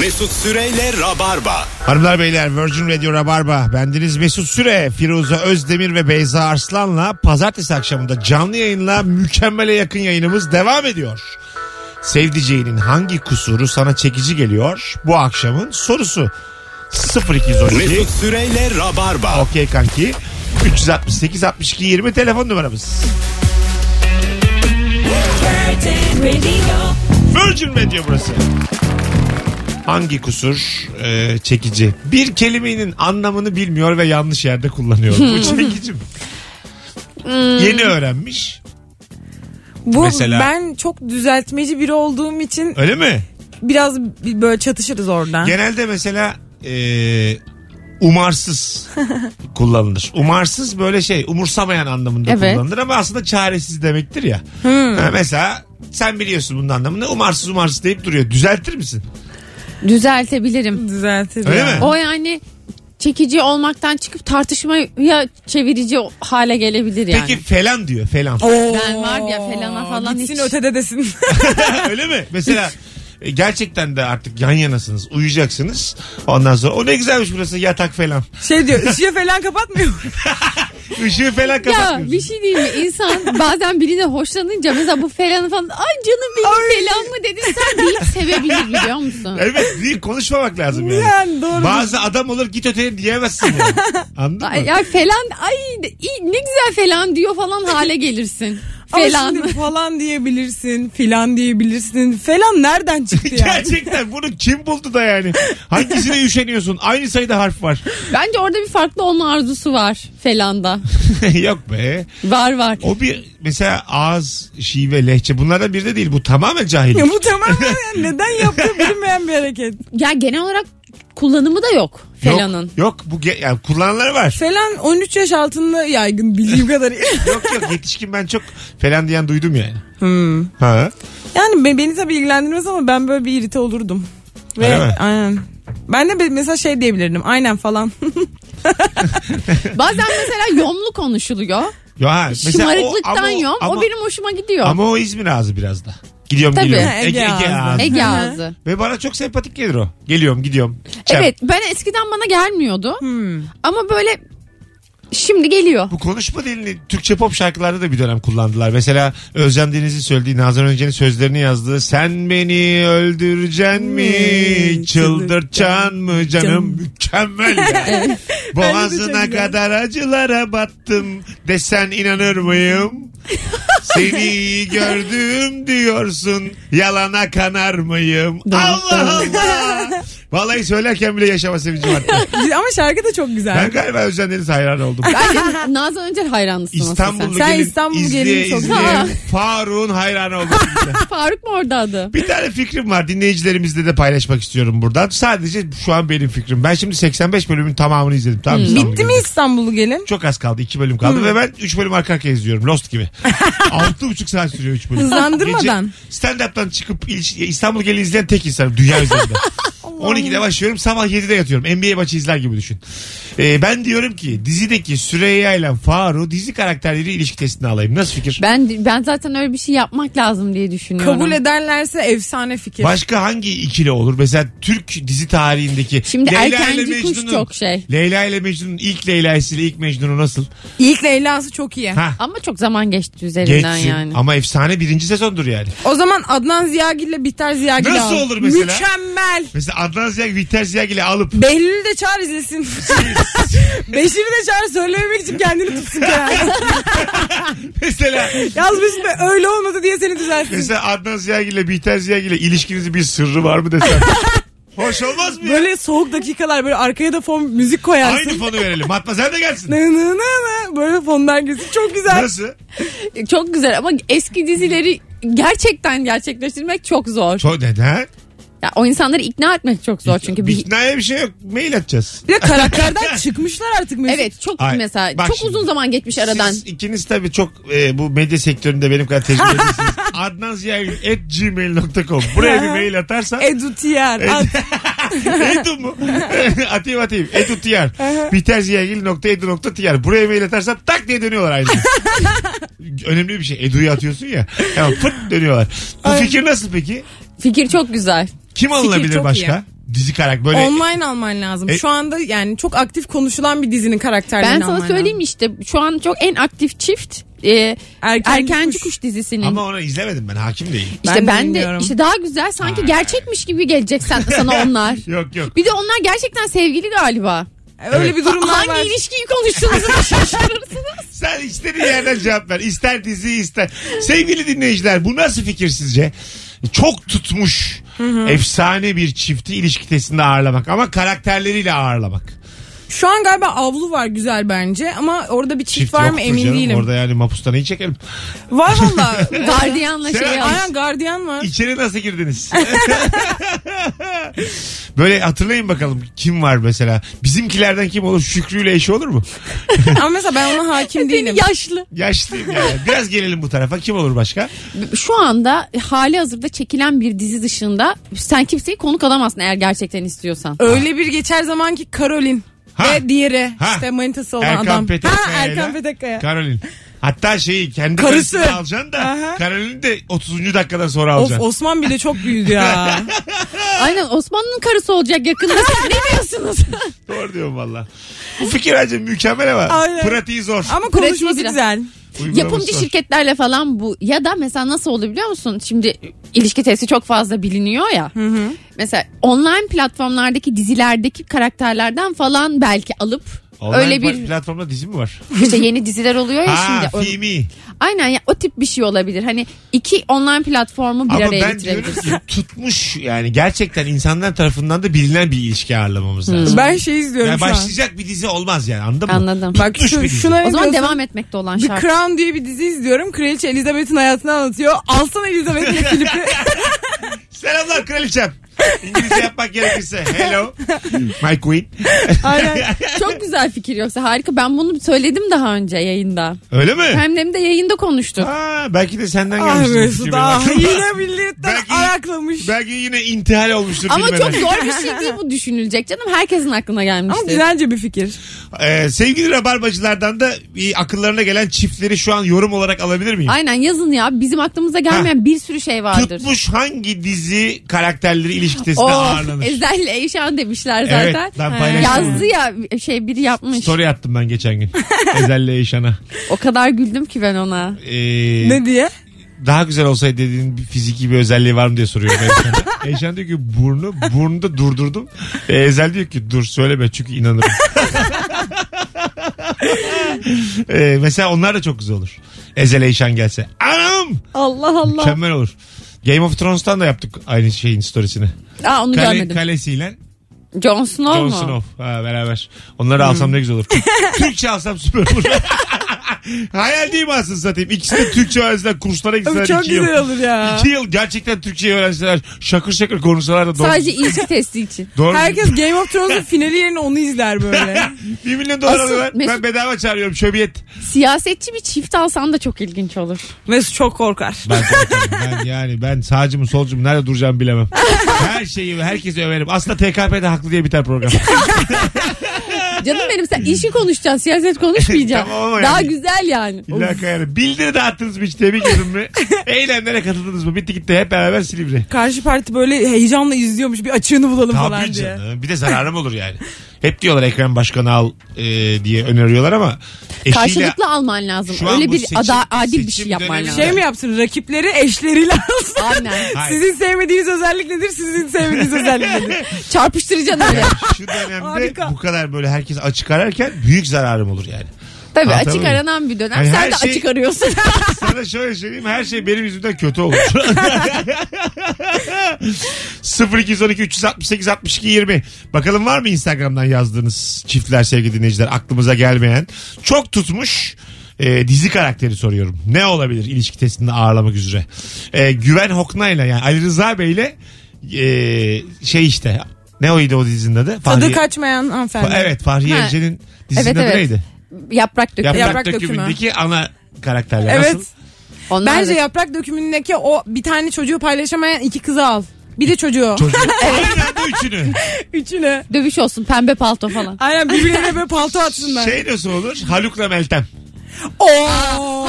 Mesut Süreyle Rabarba. Hanımlar beyler Virgin Radio Rabarba. Bendeniz Mesut Süre, Firuze Özdemir ve Beyza Arslan'la pazartesi akşamında canlı yayınla mükemmele yakın yayınımız devam ediyor. Sevdiceğinin hangi kusuru sana çekici geliyor? Bu akşamın sorusu. 0212 Mesut Süreyle Rabarba. Okey kanki. 368 62 20 telefon numaramız. Virgin Radio. Virgin Radio burası. Hangi kusur e, çekici? Bir kelimenin anlamını bilmiyor ve yanlış yerde kullanıyor. Bu çekici mi? Yeni öğrenmiş. Bu Mesela- ben çok düzeltmeci biri olduğum için Öyle mi? biraz bi- böyle çatışırız oradan. Genelde mesela e, umarsız kullanılır. Umarsız böyle şey umursamayan anlamında Evet. kullanılır ama aslında çaresiz demektir ya. Ha, mesela sen biliyorsun bunun anlamını umarsız umarsız deyip duruyor. Düzeltir misin? Düzeltebilirim. Düzeltiriz. Öyle mi? O yani çekici olmaktan çıkıp tartışmaya çevirici hale gelebilir yani. Peki falan diyor falan. Ben var ya felana falan Gitsin hiç- ötede desin. Öyle mi? Mesela e, gerçekten de artık yan yanasınız. Uyuyacaksınız. Ondan sonra o ne güzelmiş burası yatak falan. şey diyor ışığı falan kapatmıyor. Işığı falan Ya kapatmıyorsun. bir şey diyeyim mi? İnsan bazen birine hoşlanınca mesela bu felanı falan ay canım benim felan mı dedin sen deyip sevebilir biliyor musun? Evet değil konuşmamak lazım yani. Yani doğru. Bazı adam olur git öteye diyemezsin yani. Anladın Ay, mı? ya felan ay iyi, ne güzel felan diyor falan hale gelirsin. Ama Felan. şimdi falan diyebilirsin, filan diyebilirsin. Falan nereden çıktı yani? Gerçekten bunu kim buldu da yani? Hangisine üşeniyorsun? Aynı sayıda harf var. Bence orada bir farklı olma arzusu var felanda. Yok be. Var var. O bir mesela ağız, şive, lehçe bunlardan biri de değil. Bu tamamen Ya cahillik. bu tamamen yani neden yaptığı bilinmeyen bir hareket. Ya genel olarak kullanımı da yok felanın. Yok, yok bu ge- yani kullananları var. Falan 13 yaş altında yaygın bildiğim kadarıyla. yok yok yetişkin ben çok falan diyen duydum yani. Hmm. Ha. Yani be- beni tabii ilgilendirmez ama ben böyle bir irite olurdum. Ve Öyle mi? aynen. Ben de be- mesela şey diyebilirdim. Aynen falan. Bazen mesela yomlu konuşuluyor. Yo, ha. Mesela Şımarıklıktan ama yom. ama- o benim hoşuma gidiyor. Ama o İzmir ağzı biraz da. Gidiyorum Tabii. geliyorum. Ege ağzı. Ege ağzı. Ve bana çok sempatik gelir o. Geliyorum gidiyorum. Çem. Evet ben eskiden bana gelmiyordu. Ama böyle şimdi geliyor. Bu konuşma dilini Türkçe pop şarkılarda da bir dönem kullandılar. Mesela Özlem Deniz'in söylediği, Nazan Önce'nin sözlerini yazdığı Sen beni öldüreceksin mi? Hmm, Çıldırtacaksın mı canım? Canım. Mükemmel ya. Bence de Boğazına çok güzel. kadar acılara battım desen inanır mıyım? Seni iyi gördüm diyorsun. Yalana kanar mıyım? Allah Allah. Vallahi söylerken bile yaşama sevinci var. ama şarkı da çok Ben güzel. galiba Özlem Deniz hayran oldum. Bence Nazan Öncer hayranlısın aslında İstanbullu sen. Sen gelin İstanbul izleye gelini çok- izleye Ha. Faruk'un hayranı oldum. Faruk mu orada adı? bir tane fikrim var dinleyicilerimizle de paylaşmak istiyorum buradan. Sadece şu an benim fikrim. Ben şimdi 85 bölümün tamamını izledim. Tamam, mı? İstanbul Bitti mi Gelini? İstanbul'u gelin? Çok az kaldı. 2 bölüm kaldı ve ben 3 bölüm arka arkaya izliyorum. Lost gibi. 6,5 saat sürüyor 3 bölüm. Hızlandırmadan. Gece Stand-up'tan çıkıp il- İstanbul gelini izleyen tek insanım dünya üzerinde. 12'de başlıyorum sabah 7'de yatıyorum. NBA maçı izler gibi düşün. Ee, ben diyorum ki dizideki Süreyya ile Faruk dizi karakterleri ilişki testine alayım. Nasıl fikir? Ben ben zaten öyle bir şey yapmak lazım diye düşünüyorum. Kabul ederlerse efsane fikir. Başka hangi ikili olur? Mesela Türk dizi tarihindeki Şimdi Leyla ile erkenci kuş Mecnun'un- çok şey. Leyla ile Mecnun'un ilk Leyla'sı ile ilk Mecnun'u nasıl? İlk Leyla'sı çok iyi. Ha. Ama çok zaman geçti üzerinden Geçsin. yani. Ama efsane birinci sezondur yani. O zaman Adnan Ziyagil'le Bihter Ziyagil Nasıl al. olur mesela? Mükemmel. Mesela Adnan Ziyag, Viter Ziyag ile alıp Behlül'ü de çağır izlesin. Beşir'i de çağır söylememek için kendini tutsun kenara. mesela Yazmışsın da öyle olmadı diye seni düzeltsin. mesela Adnan Ziyag ile Bihter Ziyag ile ilişkinizin bir sırrı var mı desem. Hoş olmaz mı ya? Böyle soğuk dakikalar böyle arkaya da fon müzik koyarsın. Aynı fonu verelim. Matmazel de gelsin. Nı nı nı nı. Böyle fondan gitsin. Çok güzel. Nasıl? Çok güzel ama eski dizileri gerçekten gerçekleştirmek çok zor. Çok neden? Ya o insanları ikna etmek çok zor çünkü bir Bitnaya bir şey yok. Mail atacağız. Bir de karakterden çıkmışlar artık Mesut. Evet çok Ay, mesela bak çok şimdi. uzun zaman geçmiş aradan. Siz ikiniz tabii çok e, bu medya sektöründe benim kadar tecrübelisiniz. Adnan Ziyagil at gmail.com. Buraya bir mail atarsan Edu Tiyer. Ad- Edu mu? atayım atayım. Edu Tiyar. Biter Ziyagil nokta Edu nokta Tiyar. Buraya mail atarsan tak diye dönüyorlar aynı. Önemli bir şey. Edu'yu atıyorsun ya. Hemen fırt dönüyorlar. Bu fikir nasıl peki? Fikir çok güzel. Kim alınabilir çok başka? dizi karakter böyle Online alman lazım. E- Şu anda yani çok aktif konuşulan bir dizinin karakterlerini Ben alman sana söyleyeyim işte şu an çok en aktif çift e, Erkenci Erkenci Kuş. Kuş dizisinin. ama onu izlemedim ben hakim değilim. işte Ben de ben, de bilmiyorum. işte daha güzel sanki Ay. gerçekmiş gibi gelecek sen, sana onlar. Yok yok. Bir de onlar gerçekten sevgili galiba. lazım. Öyle bir durumlar Hangi var. ilişkiyi konuştuğunuzu da şaşırırsınız. Sen istediğin yerden cevap ver. İster dizi ister. Sevgili dinleyiciler bu nasıl fikir sizce? Çok tutmuş efsane bir çifti ilişkitesinde ağırlamak ama karakterleriyle ağırlamak. Şu an galiba avlu var güzel bence ama orada bir çift, var mı yoktur emin canım. değilim. Orada yani mapustaneyi çekelim. Var valla. Gardiyanla Sen- şey Aynen gardiyan var. İçeri nasıl girdiniz? Böyle hatırlayın bakalım kim var mesela. Bizimkilerden kim olur? Şükrü ile eşi olur mu? ama mesela ben ona hakim değilim. Yaşlı. Yaşlıyım yani. Biraz gelelim bu tarafa. Kim olur başka? Şu anda hali hazırda çekilen bir dizi dışında sen kimseyi konuk alamazsın eğer gerçekten istiyorsan. Öyle bir geçer zaman ki Karolin Ha. ve diğeri Ha. işte manitası olan Erkan adam. Petekkaya ha Erkan Petekkaya. Karolin. Hatta şeyi kendi Karısı. karısını alacaksın da Aha. Karolin'i de 30. dakikadan sonra Of alacaksın. Osman bile çok büyüdü ya. Aynen Osmanlı'nın karısı olacak yakında siz ne diyorsunuz? Doğru diyorum valla. Bu fikir bence mükemmel ama Aynen. pratiği zor. Ama Pratiği konuşması biraz. güzel. uygulaması Yapımcı zor. şirketlerle falan bu ya da mesela nasıl oldu biliyor musun? Şimdi ilişki testi çok fazla biliniyor ya. Mesela online platformlardaki dizilerdeki karakterlerden falan belki alıp Online öyle pla- bir platformda dizi mi var? işte yeni diziler oluyor ya Ha, şimdi. O- filmi. Aynen ya o tip bir şey olabilir. Hani iki online platformu bir Ama araya ben diyorum getirebilirsin. ki tutmuş yani gerçekten insanlar tarafından da bilinen bir ilişki ağırlamamız lazım. Ben şey izliyorum Yani şu an. başlayacak bir dizi olmaz yani anladın mı? Anladım. Bak Tutmuş bir şu, dizi. şuna ne O zaman diyorsun? devam etmekte olan The şarkı. Crown diye bir dizi izliyorum. Kraliçe Elizabeth'in hayatını anlatıyor. Alsana Elizabeth'in klipi. Selamlar kraliçem. İngilizce yapmak gerekirse. Hello. My queen. Aynen. Çok güzel fikir yoksa harika. Ben bunu söyledim daha önce yayında. Öyle mi? Hem de, hem de yayında konuştuk. Ha, belki de senden Ah gelmiştir. bu fikir Mesut benim ah. aklıma. Yine milletten Belki- araklamış. belki yine intihal olmuştur Ama bilmeden. çok zor bir şey değil bu düşünülecek canım. Herkesin aklına gelmiştir. Ama güzelce bir fikir. Ee, sevgili rabarbacılardan da bir akıllarına gelen çiftleri şu an yorum olarak alabilir miyim? Aynen yazın ya. Bizim aklımıza gelmeyen bir sürü şey vardır. Tutmuş hangi dizi karakterleri ilişkitesinde Of ağırlanır? Ezel Eyşan demişler Evet, zaten. ben Ha. paylaştım. Yazdı ya şey biri yapmış. Story attım ben geçen gün. Ezel'le Eyşan'a. O kadar güldüm ki ben ona. Ee, Ne diye? daha güzel olsaydı dediğin bir fiziki bir özelliği var mı diye soruyorum Eyşan'a. Eyşan diyor ki burnu, burnu da durdurdum. Ee, Ezel diyor ki dur söyleme çünkü inanırım. Ee, mesela onlar da çok güzel olur. Ezel Eyşan gelse. Anam! Allah Allah. Mükemmel olur. Game of Thrones'tan da yaptık aynı şeyin storiesini. Aa onu Kale, görmedim. kalesiyle Jon Snow Jon mu? Snow ha, beraber. Onları alsam ne güzel olur. Türkçe alsam süper olur. Hayal değil mi aslında satayım? İkisi de Türkçe öğrenseler kurslara gitseler Çok iki yıl. güzel olur ya. İki yıl gerçekten Türkçeyi öğrenseler şakır şakır konuşsalar da doğru. Sadece ilişki testi için. doğru. Herkes Game of Thrones'un finali yerine onu izler böyle. bir milyon dolar Asıl alıyorlar. Ben Mesut- bedava çağırıyorum şöbiyet. Siyasetçi bir çift alsan da çok ilginç olur. Mesut çok korkar. Ben, korkarım. ben yani ben sağcı mı solcu mu nerede duracağımı bilemem. Her şeyi ve herkesi överim. Aslında TKP'de haklı diye biter program. Canım benim sen işi konuşacaksın siyaset konuşmayacaksın. Tamam ama Daha yani. güzel yani. İlla Of. kayarım. Bildiri dağıttınız mı hiç tebrik edin mi? Eylemlere katıldınız mı? Bitti gitti hep beraber Silivri. Karşı parti böyle heyecanla izliyormuş bir açığını bulalım falan Tabii diye. canım. Bir de zararım olur yani. Hep diyorlar Ekrem Başkan'ı al e, diye öneriyorlar ama eşiyle Karşılıklı alman lazım. Şu an Öyle bu bir seçim- ada, adil bir seçim şey yapman dönemi- lazım. Şey mi yapsın rakipleri eşleriyle alsın. Aynen. Hayır. Sizin sevmediğiniz özellik nedir? Sizin sevmediğiniz özellik nedir? Çarpıştıracaksın öyle. Yani şu dönemde Harika. bu kadar böyle herkes açık ararken büyük zararım olur yani. Tabii Ha, açık tabii. aranan bir dönem. Hani her Sen de şey- açık arıyorsun. Sana şöyle söyleyeyim her şey benim yüzümden kötü olur. 0212 368 62 20. Bakalım var mı Instagram'dan yazdığınız çiftler sevgili dinleyiciler aklımıza gelmeyen. Çok tutmuş e, dizi karakteri soruyorum. Ne olabilir ilişki testinde ağırlamak üzere? E, Güven Hokna'yla yani Ali Rıza Bey'le e, şey işte ne oydu o dizinin adı? Tadı Fahriye- kaçmayan hanımefendi. Fa- Evet Fahriye Ha. Evcen'in dizinin Evet, adı evet. neydi? Yaprak dökümü. Yaprak, Yaprak Dökümü. Dökümü'ndeki ana karakterler. Evet. Nasıl? Onlar Bence da- yaprak dökümündeki o bir tane çocuğu paylaşamayan iki kızı al. Bir de çocuğu. Çocuğu. Aynen bu üçünü. Üçünü. dövüş olsun pembe palto falan. Aynen birbirine böyle palto atsınlar. Şey nasıl olur? Haluk'la Meltem. Oo.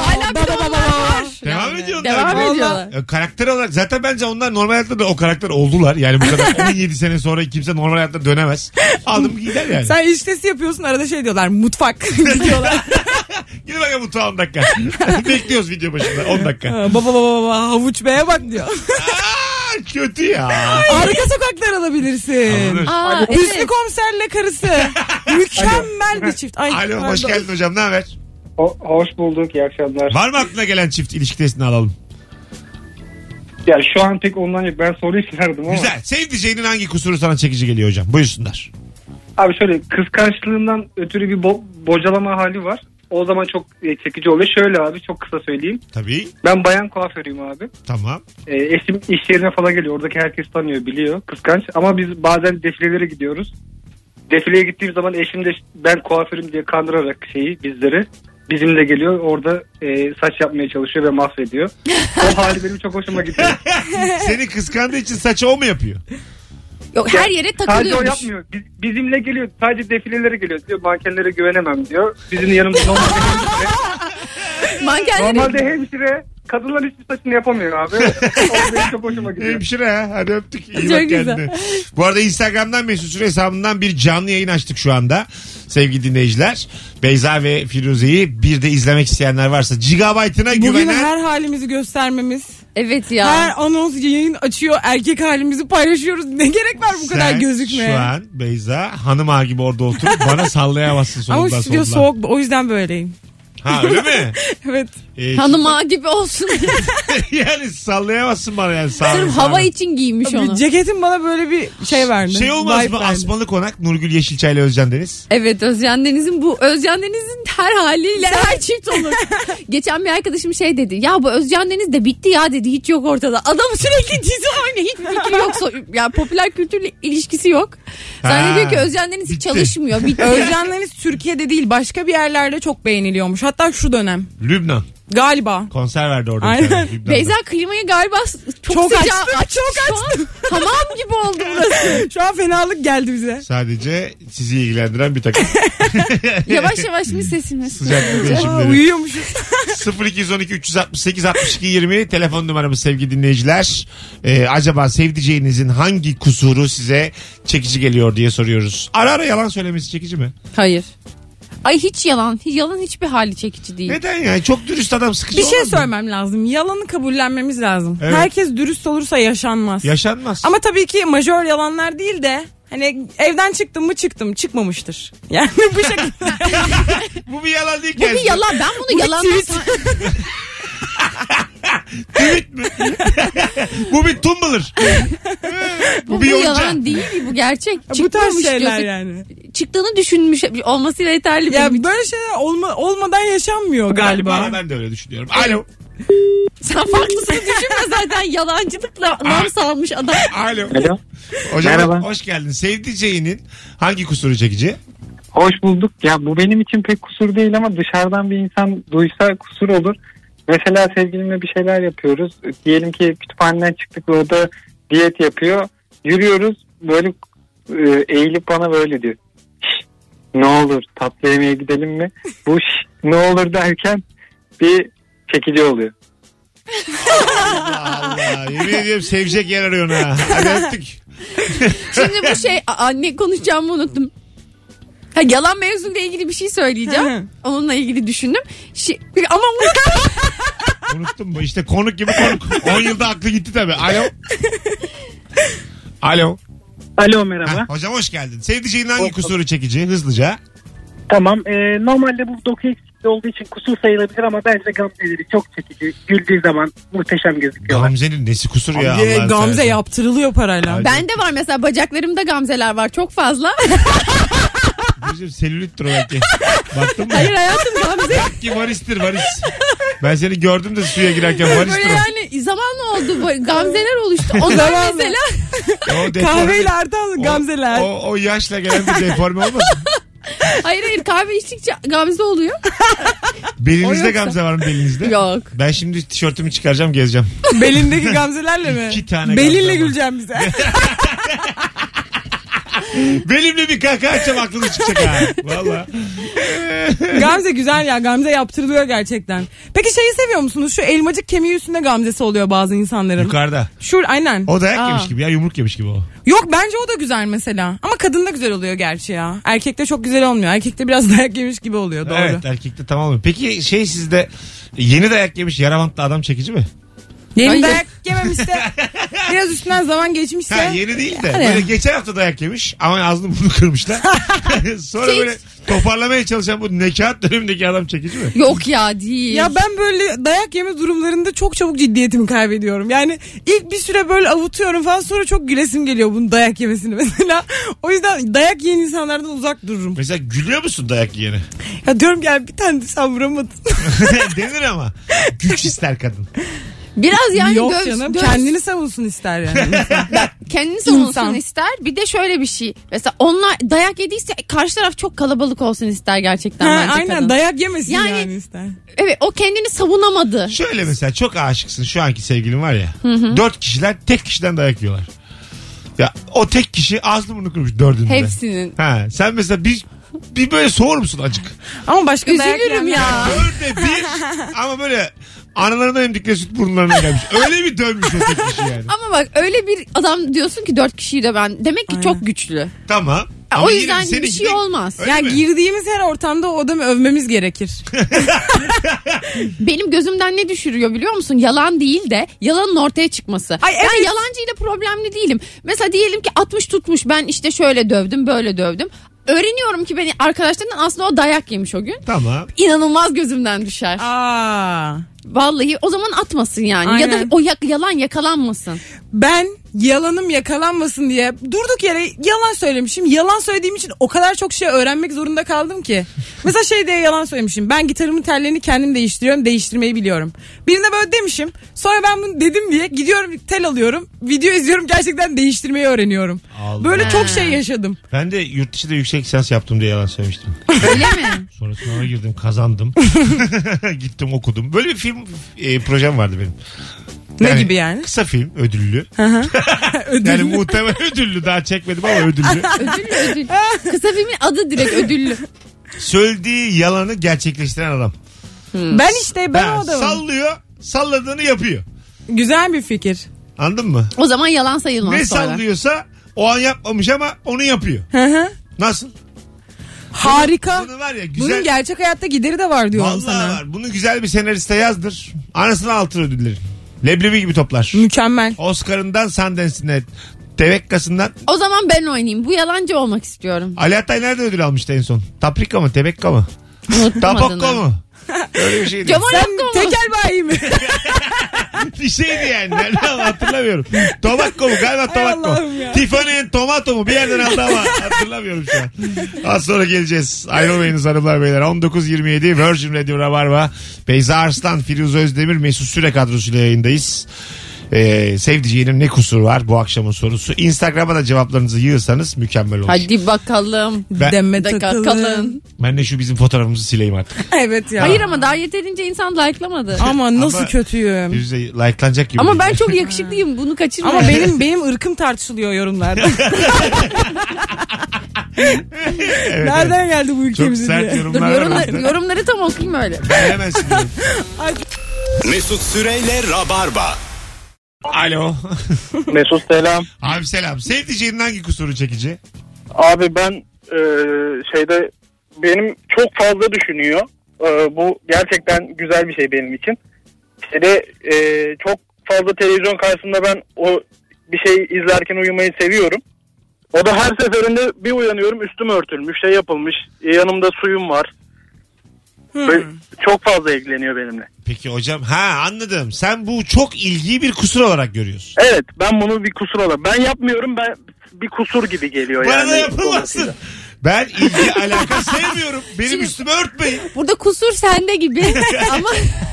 Hala bir de onlar var. Devam Yani. ediyorlar. Devam Vallahi. ediyorlar. E, karakter olarak zaten bence onlar normal hayatta da o karakter oldular. Yani bu kadar 17 sene sonra kimse normal hayatta dönemez. Aldım gider yani. Sen ilişkisi yapıyorsun arada şey diyorlar mutfak diyorlar. Gidin bakalım mutfağa 10 dakika. Bekliyoruz video başında 10 dakika. baba baba baba havuç beye bak diyor. Aa, kötü ya. Arka sokaklar alabilirsin. Alınır. Aa, Hüsnü evet. komiserle karısı. Mükemmel bir çift. Ay, Alo hoş pardon. geldin hocam ne haber? Ho- hoş bulduk. iyi akşamlar. Var mı aklına gelen çift ilişki testini alalım? Ya şu an pek ondan yok. Ben soruyu isterdim ama. Güzel. Sevdiceğinin hangi kusuru sana çekici geliyor hocam? Buyursunlar. Abi şöyle kıskançlığından ötürü bir bo- bocalama hali var. O zaman çok e, çekici oluyor. Şöyle abi çok kısa söyleyeyim. Tabii. Ben bayan kuaförüyüm abi. Tamam. E, eşim iş yerine falan geliyor. Oradaki herkes tanıyor biliyor. Kıskanç. Ama biz bazen defilelere gidiyoruz. Defileye gittiğim zaman eşim de ben kuaförüm diye kandırarak şeyi bizleri bizimle geliyor. Orada e, saç yapmaya çalışıyor ve mahvediyor. o hali benim çok hoşuma gidiyor. Seni kıskandığı için saçı o mu yapıyor? Yok, her yere Sadece o takılıyormuş. yapmıyor. Biz- bizimle geliyor. Sadece defilelere geliyor. Diyor mankenlere güvenemem diyor. Bizim yanımızda normalde hemşire. Mankenleri Normalde hemşire kadınlar hiçbir saçını yapamıyor abi. O benim çok hoşuma gidiyor. Hemşire ha. Hadi öptük. İyi Çok bak güzel. kendine. Bu arada Instagram'dan Mesut Süre hesabından bir canlı yayın açtık şu anda. Sevgili dinleyiciler. Beyza ve Firuze'yi bir de izlemek isteyenler varsa gigabyte'ına Bugün güvenen her halimizi göstermemiz. Evet ya. Her anons yayın açıyor. Erkek halimizi paylaşıyoruz. Ne gerek var bu kadar sen gözükmeye? şu an Beyza hanım ağa gibi orada oturup bana sallayamazsın Ama solundan stüdyo solundan. soğuk. O yüzden böyleyim. Ha öyle mi? Evet. Ee, Hanım ağa gibi olsun. yani sallayamazsın bana yani. sağ- Sırf sağ- hava için giymiş Bir onu. Ceketim bana böyle bir şey verdi. Şey olmaz Vibe mı? verdi. Asmalı Konak, Nurgül Yeşilçay ile Özcan Deniz. Evet Özcan Deniz'in bu Özcan Deniz'in her haliyle her çift olur. Geçen bir arkadaşım şey dedi. Ya bu Özcan Deniz de bitti ya dedi. Hiç yok ortada. Adam sürekli dizi oynuyor. Hiç fikri yok. So- Yani popüler kültürle ilişkisi yok. Zannediyor Ha, ki Özcan Deniz hiç bitti. çalışmıyor. Bitti. Özcan Deniz Türkiye'de değil başka bir yerlerde çok beğeniliyormuş. Hatta şu dönem. Lübnan. Galiba. Konser verdi orada. Aynen. bir tane Lübnan'da. Beyza klimayı galiba s- çok, Çok sıcağı açtım, açtı. çok Şu an Hamam gibi oldu burası. Şu an fenalık geldi bize. Sadece sizi ilgilendiren bir takım yavaş yavaş mı sesimiz? sıcaklık Aa, değişimleri. uyuyormuşuz. 0212 368 62 20 telefon numaramız sevgili dinleyiciler. Ee, acaba sevdiceğinizin hangi kusuru size çekici geliyor diye soruyoruz. Ara ara yalan söylemesi çekici mi? Hayır. Ay hiç yalan. Yalan hiçbir hali çekici değil. Neden yani? Çok dürüst adam sıkıcı bir şey olmaz mı? söylemem lazım. Yalanı kabullenmemiz lazım. Evet. Herkes dürüst olursa yaşanmaz. Yaşanmaz. Ama tabii ki majör yalanlar değil de hani evden çıktım mı çıktım çıkmamıştır. Yani bu şekilde. Bu bir yalan değil ki. Bu bir yalan. Ben bunu yalandan... Tweet mi? bu bir tumbler. Bu, Bu bir bu yonca. yalan değil mi? Bu gerçek. bu tarz Çıkmamış şeyler diyorsun. yani. Çıktığını düşünmüş olmasıyla yeterli. Ya benim için. böyle şeyler olma, olmadan yaşanmıyor galiba. Bana ben de öyle düşünüyorum. Alo. Sen farklısını düşünme zaten Ah. yalancılıkla nam salmış adam. Alo. Alo. Hocam Merhaba. hoş geldin. Sevdiceğinin hangi kusuru çekici? Hoş bulduk. Ya bu benim için pek kusur değil ama dışarıdan bir insan duysa kusur olur. Mesela sevgilimle bir şeyler yapıyoruz. Diyelim ki kütüphaneden çıktık ve o da diyet yapıyor. Yürüyoruz böyle e, eğilip bana böyle diyor. "Şş, ne olur tatlı yemeğe gidelim mi? Bu "Şş, ne olur derken bir çekici oluyor. Allah yemin ediyorum sevecek yer arıyorsun ha. Hadi öptük. Şimdi bu şey Aa, ne konuşacağımı unuttum. Ha, yalan mevzuyla ilgili bir şey Hı hı. söyleyeceğim. Onunla ilgili düşündüm. Şi- ama unuttum. Unuttum mu? İşte konuk gibi konuk. 10 yılda aklı gitti tabii. Alo. Alo. Alo Ha, merhaba. hocam hoş geldin. Sevdiceğinin hangi kusuru çekici? Hızlıca. Tamam. e, normalde bu doku eksikliği olduğu için kusur sayılabilir ama bence Gamze'leri çok çekici. Güldüğü zaman muhteşem gözüküyorlar. Gamze'nin nesi kusur ya? Ee, Allah'ını Gamze seversen. yaptırılıyor parayla. Ay. Bende var mesela bacaklarımda gamzeler var çok fazla. Bizim selülittir o belki. Baktın mı? Hayır hayatım gamze. Ki varistir varis. Ben seni gördüm de suya girerken Böyle varistir o. yani zamanla oldu. bu- Gamzeler oluştu. Onlar Zamanla. mesela O deforme- Kahveyle artan o- gamzeler. O, o yaşla gelen bir deforme olmasın? Hayır hayır kahve içtikçe gamze oluyor. Belinizde yoksa. gamze var mı belinizde? Yok. Ben şimdi tişörtümü çıkaracağım gezeceğim. Belindeki gamzelerle mi? İki tane Belinle gamze var. güleceğim bize. Benimle bir kaka açacağım aklınız çıkacak ha. Valla. Gamze güzel ya Gamze yaptırılıyor gerçekten. Peki şeyi seviyor musunuz? Şu elmacık kemiği üstünde Gamze'si oluyor bazı insanların. Yukarıda. Şur aynen. O dayak Aa. yemiş gibi ya yumruk yemiş gibi o. Yok bence o da güzel mesela. Ama kadında güzel oluyor gerçi ya. Erkekte çok güzel olmuyor. Erkekte biraz dayak yemiş gibi oluyor doğru. Evet erkekte tamam mı? Peki şey sizde yeni dayak yemiş yaramantlı adam çekici mi? Yeni Ay- dayak yememişse biraz üstünden zaman geçmişse. Ha yeni değil de Yani. böyle geçen hafta dayak yemiş ama ağzını bunu kırmışlar. Sonra Şey- böyle toparlamaya çalışan bu nekat dönemindeki adam çekici mi? Yok ya değil. Ya ben böyle dayak yeme durumlarında çok çabuk ciddiyetimi kaybediyorum. Yani ilk bir süre böyle avutuyorum falan sonra çok gülesim geliyor bunun dayak yemesini mesela. O yüzden dayak yiyen insanlardan uzak dururum. Mesela gülüyor musun dayak yiyene? Ya diyorum ki ya bir tane de sen vuramadın. Denir ama. Güç ister kadın. Biraz yani Yok göz, canım göz- kendini savunsun ister yani. kendini savunsun İnsan. ister. Bir de şöyle bir şey. Mesela onlar dayak yediyse karşı taraf çok kalabalık olsun ister gerçekten ha, bence aynen kadın. dayak yemesin yani, Yani- ister. evet o kendini savunamadı. Şöyle mesela çok aşıksın şu anki sevgilin var ya. Dört kişiler tek kişiden dayak yiyorlar. Ya o tek kişi ağzını bunu kırmış dördünden. Hepsinin. Ha, sen mesela bir, bir böyle soğur musun acık? Ama başka dayak Üzülürüm yiyenler- ya. Dörde bir ama böyle analarına emdikleri süt burunlarına gelmiş. Öyle bir dönmüş o tek kişi yani. Ama bak öyle bir adam diyorsun ki dört kişiyi de ben. Demek ki Aynen. çok güçlü. Tamam. Ya Ama o yine yüzden senin bir şey gibi- olmaz. Öyle Ya mi? girdiğimiz her ortamda o adamı övmemiz gerekir. Benim gözümden ne düşürüyor biliyor musun? Yalan değil de yalanın ortaya çıkması. Ay Ben evet. yalancıyla problemli değilim. Mesela diyelim ki 60 tutmuş ben işte şöyle dövdüm böyle dövdüm. Öğreniyorum ki beni arkadaşlarından aslında o dayak yemiş o gün. Tamam. İnanılmaz gözümden düşer. Aa. Vallahi o zaman atmasın yani. Aynen. Ya da o yak- yalan yakalanmasın. ben yalanım yakalanmasın diye durduk yere yalan söylemişim. Yalan söylediğim için o kadar çok şey öğrenmek zorunda kaldım ki. Mesela şey diye yalan söylemişim. Ben gitarımın tellerini kendim değiştiriyorum. Değiştirmeyi biliyorum. Birine böyle demişim. Sonra ben bunu dedim diye gidiyorum tel alıyorum. Video izliyorum gerçekten değiştirmeyi öğreniyorum. Allah. Böyle çok şey yaşadım. Ben de yurt dışında yüksek lisans yaptım diye yalan söylemiştim. Öyle mi? Sonra sınava girdim kazandım. Gittim okudum. Böyle bir film e, projem vardı benim. Ne gibi yani? Kısa film ödüllü. yani muhtemelen ödüllü daha çekmedim ama ödüllü. ödüllü ödül. Kısa filmin adı direkt ödüllü. Söylediği yalanı gerçekleştiren adam. Ben işte ben Ha, o adamım. sallıyor salladığını yapıyor. Güzel bir fikir. Anladın mı? O zaman yalan sayılmaz ne sonra. sallıyorsa o an yapmamış ama onu yapıyor. Nasıl? Harika. Bunu var ya Bunun güzel. gerçek hayatta gideri de var diyorum Vallahi sana. var. Bunu güzel bir senariste yazdır. Anasını altın ödülleri. Leblebi gibi toplar. Mükemmel. Oscar'ından Sundance'ine Tevekkasından O zaman ben oynayayım. Bu yalancı olmak istiyorum. Ali Atay nerede ödül almıştı en son? Taprika mı? Tebekka mı? Unuttum Tapokka adını. mı? Öyle bir şey şeydi. Cemal Sen Hakkı mı? tekel bayi mi? bir şeydi yani. Nereden aldı hatırlamıyorum. Tobacco mu? Galiba Tobacco. Allah'ım ya. Tiffany and Tomato mu? Bir yerden aldı ama hatırlamıyorum şu an. Az sonra geleceğiz. Ayrılmayınız hanımlar beyler. 19.27 Virgin Radio Rabarba. Beyza Arslan, Firuze Özdemir, Mesut Süre kadrosuyla yayındayız. Ee, sevdiceğinin ne kusur var bu akşamın sorusu. Instagram'a da cevaplarınızı yığırsanız mükemmel olur. Hadi bakalım. Ben- Deme Bir dakika takılın. kalın. Ben de şu bizim fotoğrafımızı sileyim artık. Evet ya. Hayır ama daha yeterince insan like'lamadı. Ama nasıl Ama- kötüyüm. Firuze like'lanacak gibi. Ama değil. ben çok yakışıklıyım. Bunu kaçırma. Ama benim benim ırkım tartışılıyor yorumlarda. Nereden geldi bu çok ülkemize sert diye. Dur, yorumlar var. yorumları, yorumları tam okuyayım öyle. Ben hemen siliyorum. Mesut Süreyle Rabarba. Alo. Mesut selam. Abi selam. Sevdiceğinin hangi kusuru çekici? Abi ben e, şeyde benim çok fazla düşünüyor. E, bu gerçekten güzel bir şey benim için. Şeyde e, çok fazla televizyon karşısında ben o bir şey izlerken uyumayı seviyorum. O da her seferinde bir uyanıyorum üstüm örtülmüş şey yapılmış yanımda suyum var. Hmm. Böyle çok fazla ilgileniyor benimle. Peki hocam. Ha anladım. Sen bu çok ilgiyi bir kusur olarak görüyorsun. Evet ben bunu bir kusur olarak ben yapmıyorum ben bir kusur gibi geliyor Bana yani. da yapılmasın. Ben ilgi alaka sevmiyorum. Benim Şimdi- üstüme örtmeyin. Burada kusur sende gibi. ama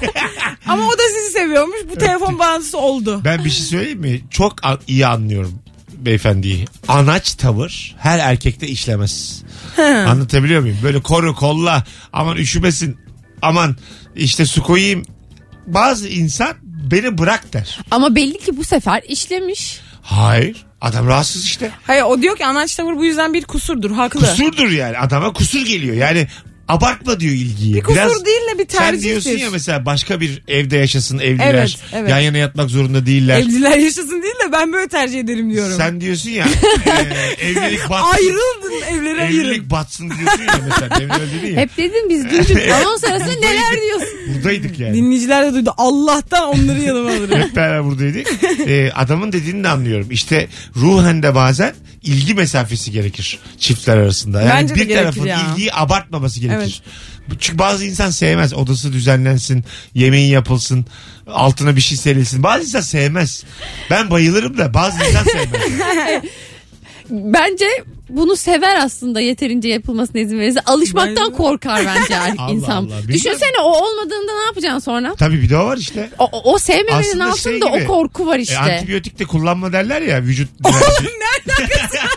Ama o da sizi seviyormuş. Bu telefon bağlantısı oldu. Ben bir şey söyleyeyim mi? Çok a- iyi anlıyorum beyefendiyi. Anaç tavır her erkekte işlemez. Anlatabiliyor muyum? Böyle koru kolla aman üşümesin aman işte su koyayım. Bazı insan beni bırak der. ama belli ki bu sefer işlemiş. Hayır. Adam rahatsız işte. Hayır o diyor ki anaç tavır bu yüzden bir kusurdur haklı. Kusurdur yani. Adama kusur geliyor. Yani abartma diyor ilgiyi. Bir kusur değil de bir Sen tercihtir. diyorsun ya mesela başka bir evde yaşasın evliler. Evet, evet. Yan yana yatmak zorunda değiller. Evliler yaşasın değil de ben böyle tercih ederim diyorum. Sen diyorsun ya e, evlilik batsın. Ayrıldın evlere ayırın. Evlilik batsın diyorsun ya mesela. Demin öyle dedin ya. Hep dedim biz duyduk. Anons arası neler diyorsun? Buradaydık yani. Dinleyiciler de duydu. Allah'tan onları yanıma alırım. Hep beraber buradaydık. Ee, adamın dediğini de anlıyorum. İşte ruhen de bazen ilgi mesafesi gerekir çiftler arasında. Yani Bence de bir gerekir tarafın ya. ilgiyi abartmaması gerekir. Çünkü bazı insan sevmez. Odası düzenlensin, yemeği yapılsın, altına bir şey serilsin. Bazı insan sevmez. Ben bayılırım da bazı insan sevmez. Bence bunu sever aslında yeterince yapılmasına izin verirse. Alışmaktan Ben- korkar bence artık Allah insan. Allah, bilmiyorum. Düşünsene o olmadığında ne yapacaksın sonra? Tabii bir de o var işte. E, O, o, o sevmemeni Aslında ne yapsın şey da gibi, o korku var işte. E, antibiyotik de kullanma derler ya vücut direnci.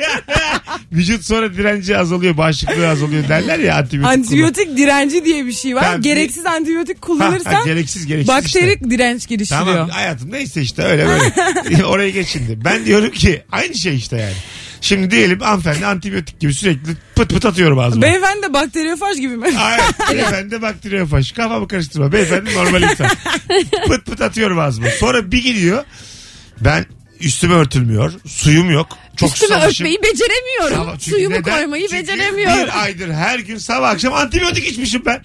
vücut sonra direnci azalıyor, bağışıklığı azalıyor derler ya antibiyotik. kullan- antibiyotik direnci diye bir şey var. Tamam, bir- gereksiz antibiyotik Ha, ha, kullanırsan gereksiz gereksiz bakteri işte. direnç geliştiriyor. Tamam hayatım neyse işte öyle böyle. Oraya geçindi. Ben diyorum ki aynı şey işte yani. Şimdi diyelim hanımefendi antibiyotik gibi sürekli pıt pıt atıyorum ağzıma. Beyefendi de bakteriyofaj gibi mi? Hayır, beyefendi bakteriyofaş. Kafamı karıştırma. Beyefendi normal insan. pıt pıt atıyorum ağzıma. Sonra bir gidiyor. Ben üstüme örtülmüyor. Suyum yok. Çok Üstümü susamışım. örtmeyi beceremiyorum. Sabah- çünkü Suyumu neden? koymayı Çünkü beceremiyorum. Bir aydır her gün sabah akşam antibiyotik içmişim ben.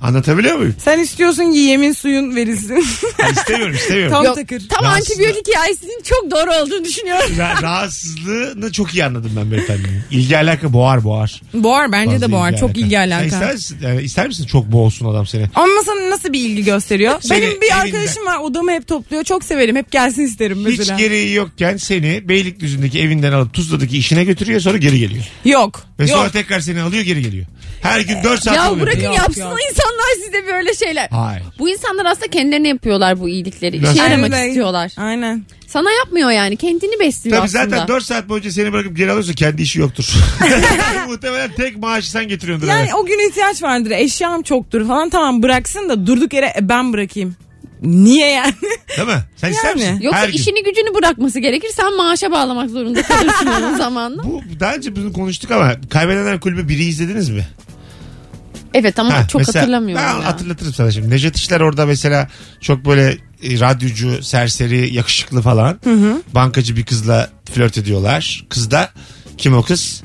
Anlatabiliyor muyum? Sen istiyorsun ki yemin suyun verilsin. Ha, İstemiyorum istemiyorum. Tam Yok, takır. tam Rahatsız- antibiyotik hikayesinin çok doğru olduğunu düşünüyorum. Ra- rahatsızlığını çok iyi anladım ben beyefendinin. İlgi alaka boğar boğar. Boğar bence Fazla de boğar. Çok ilgi Sen alaka. ister, misin, yani ister misin çok boğulsun adam seni? Ama sana nasıl bir ilgi gösteriyor? Seni Benim bir evinden- arkadaşım var odamı hep topluyor. Çok severim. Hep gelsin isterim mesela. Hiç gereği yokken seni Beylikdüzü'ndeki evinden alıp Tuzla'daki işine götürüyor sonra geri geliyor. Yok. Ve sonra Yok. tekrar seni alıyor geri geliyor. Her gün 4 saat ya oluyor. bırakın Yok, yapsın yok. insanlar size böyle şeyler. Hayır. Bu insanlar aslında kendilerine yapıyorlar bu iyilikleri. İşe Nasıl? yaramak Aynen. istiyorlar. Aynen. Sana yapmıyor yani kendini besliyor Tabii aslında. zaten 4 saat boyunca seni bırakıp geri alıyorsa kendi işi yoktur. Muhtemelen tek maaşı sen getiriyordur. eve. Yani o gün ihtiyaç vardır. Eşyam çoktur falan. Tamam bıraksın da durduk yere e, ben bırakayım. Niye yani? Değil mi? Sen ister Yani. misin? Yoksa Her gün. işini gücünü bırakması gerekir. Sen maaşa bağlamak zorunda kalırsın onun zamanla. Bu, daha önce bunu konuştuk ama Kaybedenler Kulübü 1'i izlediniz mi? Evet ama Ha, çok mesela- hatırlamıyorum Ben ya. Hatırlatırım sana şimdi. Necdet İşler orada mesela çok böyle e, radyocu, serseri, yakışıklı falan. Bankacı bir kızla flört ediyorlar. Kız da kim o kız?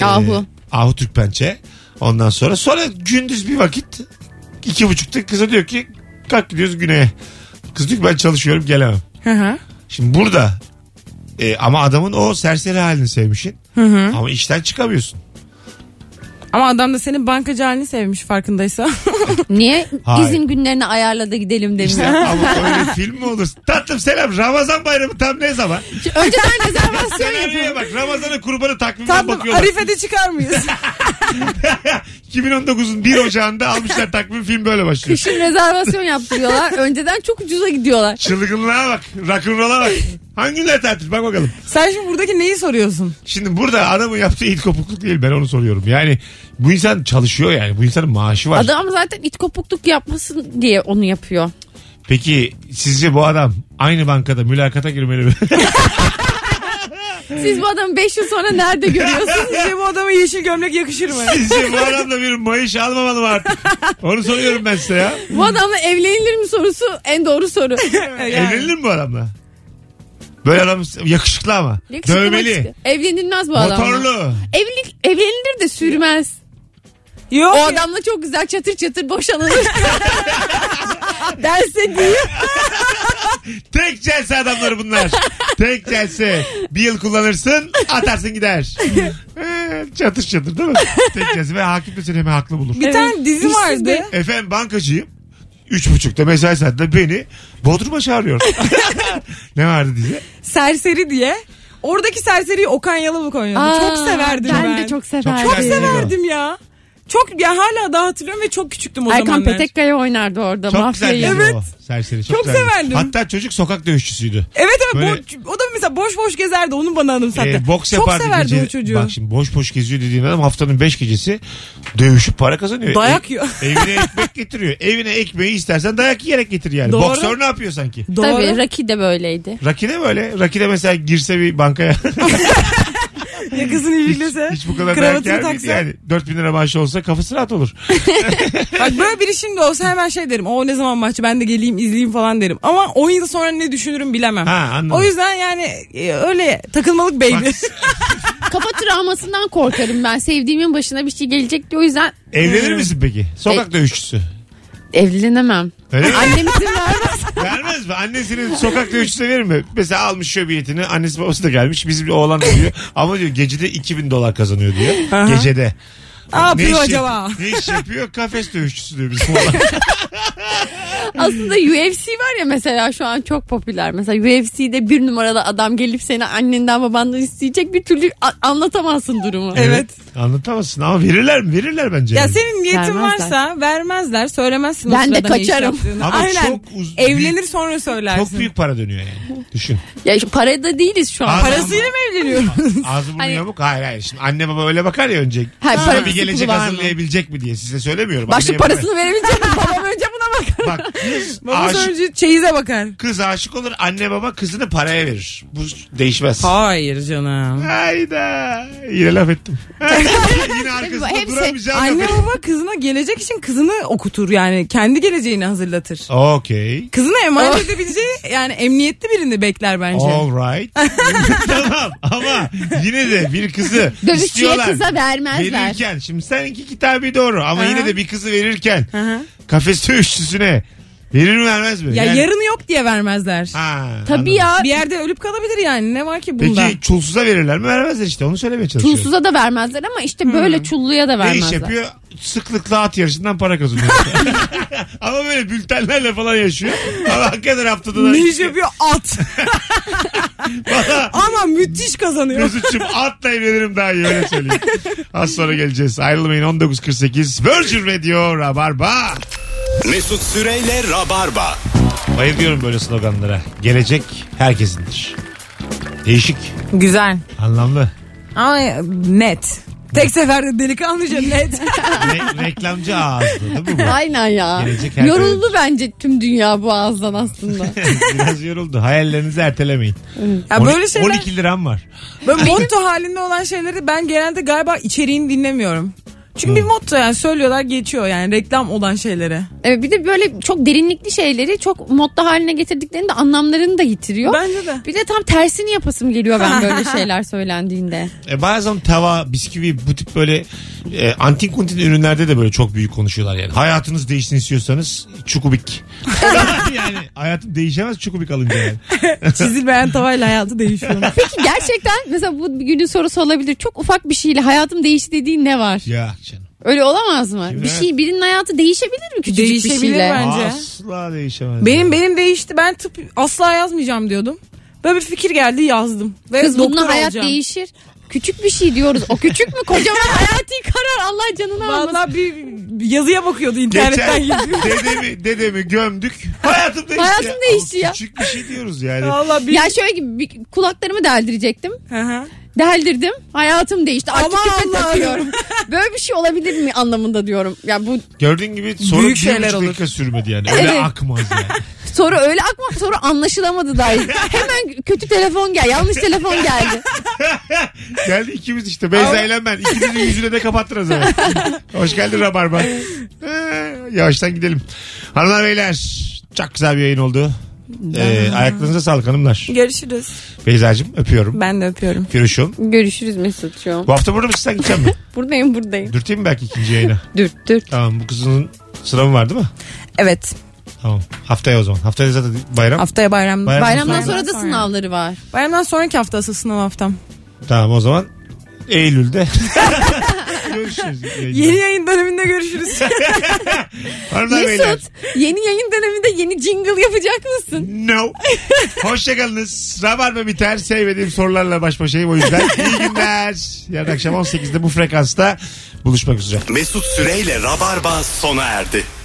Ee, Ahu. Ahu Türkpençe. Ondan sonra sonra gündüz bir vakit iki buçukta kıza diyor ki kalk gidiyoruz güneye. Kız diyor ki ben çalışıyorum gelemem. Hı hı. Şimdi burada e, ama adamın o serseri halini sevmişsin. Ama işten çıkamıyorsun. Ama adam da senin bankacı halini sevmiş farkındaysa. Niye Hayır. izin günlerini ayarla da gidelim İşte demiyor. ama öyle film mi olur? Tatlım selam Ramazan bayramı tam ne zaman? Önceden rezervasyon Senaryoya yapın. bak Ramazan'ın kurbanı takvimden Tatlım bakıyorlar. Arife'de çıkar mıyız? 2019'un 1 Ocağı'nda almışlar takvim film böyle başlıyor. Kışın rezervasyon yaptırıyorlar. Önceden çok ucuza gidiyorlar. Çılgınlığa bak, rock'n'roll'a bak. Hangi günler tatil bak bakalım. Sen şimdi buradaki neyi soruyorsun? Şimdi burada adamın yaptığı it kopukluk değil ben onu soruyorum. Yani bu insan çalışıyor yani bu insanın maaşı var. Adam zaten it kopukluk yapmasın diye onu yapıyor. Peki sizce bu adam aynı bankada mülakata girmeli mi? Siz bu adamı 5 yıl sonra nerede görüyorsunuz? Size bu adama yeşil gömlek yakışır mı? sizce bu adamla bir maaş almamalı mı artık? Onu soruyorum ben size ya. Bu adamla evlenilir mi sorusu en doğru soru. Evlenilir mi bu adamla? Böyle adam yakışıklı ama. Yakışıklı Dövmeli. maçtı. Evlenilmez bu adamla. Motorlu. Evlilik, evlenilir de sürmez. Yok. O ya. adamla çok güzel çatır çatır boşanılır. Derse değil. Tek celse adamları bunlar. Tek celse. Bir yıl kullanırsın atarsın gider. Ee, çatır çatır değil mi? Tek celse ve hakim de seni hemen haklı bulur. Bir tane dizi İşsizdi. vardı. Efendim bankacıyım. Üç buçukta mesai saatinde beni Bodrum'a çağırıyor. ne vardı diye. Serseri diye. Oradaki serseriyi Okan Yalabık oynuyordu. çok severdim ben. Ben de çok Çok severdim. güzel. Çok severdim ya. Çok ya hala daha hatırlıyorum ve çok küçüktüm o Erkan zamanlar. Petekkaya oynardı orada. Çok mafyayı. güzel evet. Evet. o. Serseri. Çok, Çok güzeldi. severdim. Hatta çocuk sokak dövüşçüsüydü. Evet evet Böyle- bo- o da mesela boş boş gezerdi onu bana anımsattı. Ee, boks çok yapardı severdi gece. o çocuğu. Bak şimdi boş boş geziyor dediğin adam haftanın 5 gecesi dövüşüp para kazanıyor. Dayak Ev- yiyor. evine ekmek getiriyor. Evine ekmeği istersen dayak yiyerek getir yani. Doğru. Boksör ne yapıyor sanki? Doğru. Tabii Rocky de böyleydi. Rakide böyle. Rakide mesela girse bir bankaya Yakasını iliklese. hiç bu kadar dayak kravatını yer miydi taksa. yani? 4000 lira maaşı olsa kafası rahat olur. Bak böyle biri şimdi olsa hemen şey derim. O ne zaman maçı ben de geleyim izleyeyim falan derim. Ama 10 yıl sonra ne düşünürüm bilemem. Ha, anladım. o yüzden yani e, öyle takılmalık Bak, baby. Kafa travmasından korkarım ben. Sevdiğimin başına bir şey gelecek diye o yüzden evlenir misin peki? Sokak E- dövüşçüsü. evlenemem. Öyle mi? Annem izin vermez. Vermez mi? Annesinin sokak dövüşçüsüne verir mi? Mesela almış şöbiyetini. Annesi babası da gelmiş. Bizim bir oğlan da diyor. Ama diyor gecede 2000 dolar kazanıyor diyor. Aha. Gecede. ne yapıyor iş acaba? yap- ne iş yapıyor? Kafes dövüşçüsü diyor bizim oğlan. Aslında UFC var ya mesela şu an çok popüler. Mesela UFC'de bir numaralı adam gelip seni annenden babandan isteyecek bir türlü a- anlatamazsın durumu. Anlatamazsın ama verirler mi? Verirler bence. Ya yani. senin niyetin Vermezler. varsa vermezler söylemezsin o Ben de sırada ne iş kaçarım. yaptığını. Ama Aynen. çok uz- Evlenir sonra söylersin. Çok büyük para dönüyor yani. Düşün. Ya şu parada değiliz şu an. Abi- Parasıyla mı evleniyorum? Ağzı burnu Hani- yamuk. Hayır hayır. Şimdi anne baba öyle bakar ya önce. Hayır, Sana para bir gelecek var mı? hazırlayabilecek mi diye size söylemiyorum. Başlık Anneye baba- parasını verebilecek miyim? Babam önce buna bakar. Bak kız Babası aşık, önce çeyize bakar. kız aşık olur anne baba kızını paraya verir. Bu değişmez. Hayır canım. Hayda. Yine laf ettim. Yine arkasında Hepsi- duramayacağım laf Anne ettim. baba kızına gelecek için kızını okutur yani kendi geleceğini hazırlatır. Okey. Kızına Oh. emanet edebileceği yani emniyetli birini bekler bence. All right. tamam ama yine de bir kızı Dövüşçüye istiyorlar. kıza vermezler. Verirken şimdi seninki kitabı doğru ama Aha. yine de bir kızı verirken hı. kafes dövüşçüsüne verir mi vermez mi? Ya Yani- yarını yok diye vermezler. Ha, anladım. Tabii ya. Bir yerde ölüp kalabilir yani ne var ki Peki bunda? çulsuza verirler mi vermezler işte onu söylemeye çalışıyorum. Tulsuza da vermezler ama işte böyle çulluya da Ne iş vermezler. Şey yapıyor? Sıklıkla at yarışından para kazanıyor. Ama böyle bültenlerle falan yaşıyor. Ama hakikaten haftada da Ne iş işte, yapıyor? At. Ama müthiş kazanıyor. Mesut'cum atla evlenirim daha iyi öyle söyleyeyim. Az sonra geleceğiz. Ayrılmayın 19.48 Virgin Radio Rabarba. Mesut Süreyle Rabarba. Bayılıyorum böyle sloganlara. Gelecek herkesindir. Değişik, Güzel. anlamlı. Ama net. Tek seferde delikanlıca net. Re- reklamcı ağızlı değil mi bu? Aynen ya. Gelecek her- Yoruldu bence tüm dünya bu ağızdan aslında. Biraz yoruldu. Hayallerinizi ertelemeyin. ya On- böyle şeyler 12 liram var. böyle motto halinde olan şeyleri ben genelde galiba içeriğini dinlemiyorum. Çünkü bir motto yani söylüyorlar geçiyor yani reklam olan şeylere. Evet, bir de böyle çok derinlikli şeyleri çok modda haline getirdiklerinde anlamlarını da yitiriyor. Bence de. Bir de tam tersini yapasım geliyor ben böyle şeyler söylendiğinde. E bazen tava, bisküvi bu tip böyle e, antin kuntin ürünlerde de böyle çok büyük konuşuyorlar yani. Hayatınız değişsin istiyorsanız çukubik. yani hayatım değişemez çukubik alınca yani. Çizilmeyen tavayla hayatı değişiyor. Peki gerçekten mesela bu bir günün sorusu olabilir. Çok ufak bir şeyle hayatım değişti dediğin ne var? Ya canım. Öyle olamaz mı? Kim Bir bilir? şey birinin hayatı değişebilir mi küçücük Değişebilir bir şeyle? ben. Bence. Asla değişemez. benim benim değişti. Ben tıp asla yazmayacağım diyordum. Böyle bir fikir geldi yazdım. Ve Kız doktor bununla hayat olacağım. değişir. Küçük bir şey diyoruz. O küçük mü? Kocaman hayati karar. Allah canını almasın. Vallahi bir bir yazıya bakıyordu internetten Geçen geliyor. dedemi, dedemi gömdük. Hayatım değişti. Hayatım ya. değişti Ama ya. Küçük bir şey diyoruz yani. Vallahi bir... Ya şöyle gibi bir kulaklarımı deldirecektim. Hı hı. Deldirdim. Hayatım değişti. Artık Aman küpe Allah'ım. takıyorum. Böyle bir şey olabilir mi anlamında diyorum. Ya bu Gördüğün gibi soru Büyük bir şeyler buçuk olur. dakika sürmedi yani. Öyle Evet. akmaz yani. soru öyle akmak soru anlaşılamadı dahi. Hemen kötü telefon gel. Yanlış telefon geldi. Geldi ikimiz işte Beyza ile ben. İkimizin yüzüne de kapattınız ama. Hoş geldin Rabarba. Ee, yavaştan gidelim. Hanımlar beyler çok güzel bir yayın oldu. Ee, ayaklarınıza sağlık hanımlar. Görüşürüz. Beyza'cığım öpüyorum. Ben de öpüyorum. Görüşüm. Görüşürüz Mesut'cuğum. Bu hafta burada mısın sen gideceğim mi? Buradayım buradayım. Dürteyim mi belki ikinci yayına? Dürt dürt. Tamam bu kızın sınavı var değil mi? Evet. Tamam. Haftaya o zaman. Haftaya zaten bayram. Haftaya Bayram- bayram. Bayramdan Bayramdan sonra da sonra. sınavları var. Bayramdan sonraki hafta asıl sınav haftam. tamam o zaman. Eylül'de. Görüşürüz. yayında. Yeni yayın döneminde görüşürüz. Hanımlar beyler. Mesut yeni yayın döneminde yeni jingle yapacak mısın? No. Hoşçakalınız. Rabarba biter. Sevmediğim sorularla baş başayım o yüzden. İyi günler. Yarın akşam 18'de bu frekansta buluşmak üzere. Mesut Süreyle Rabarba sona erdi.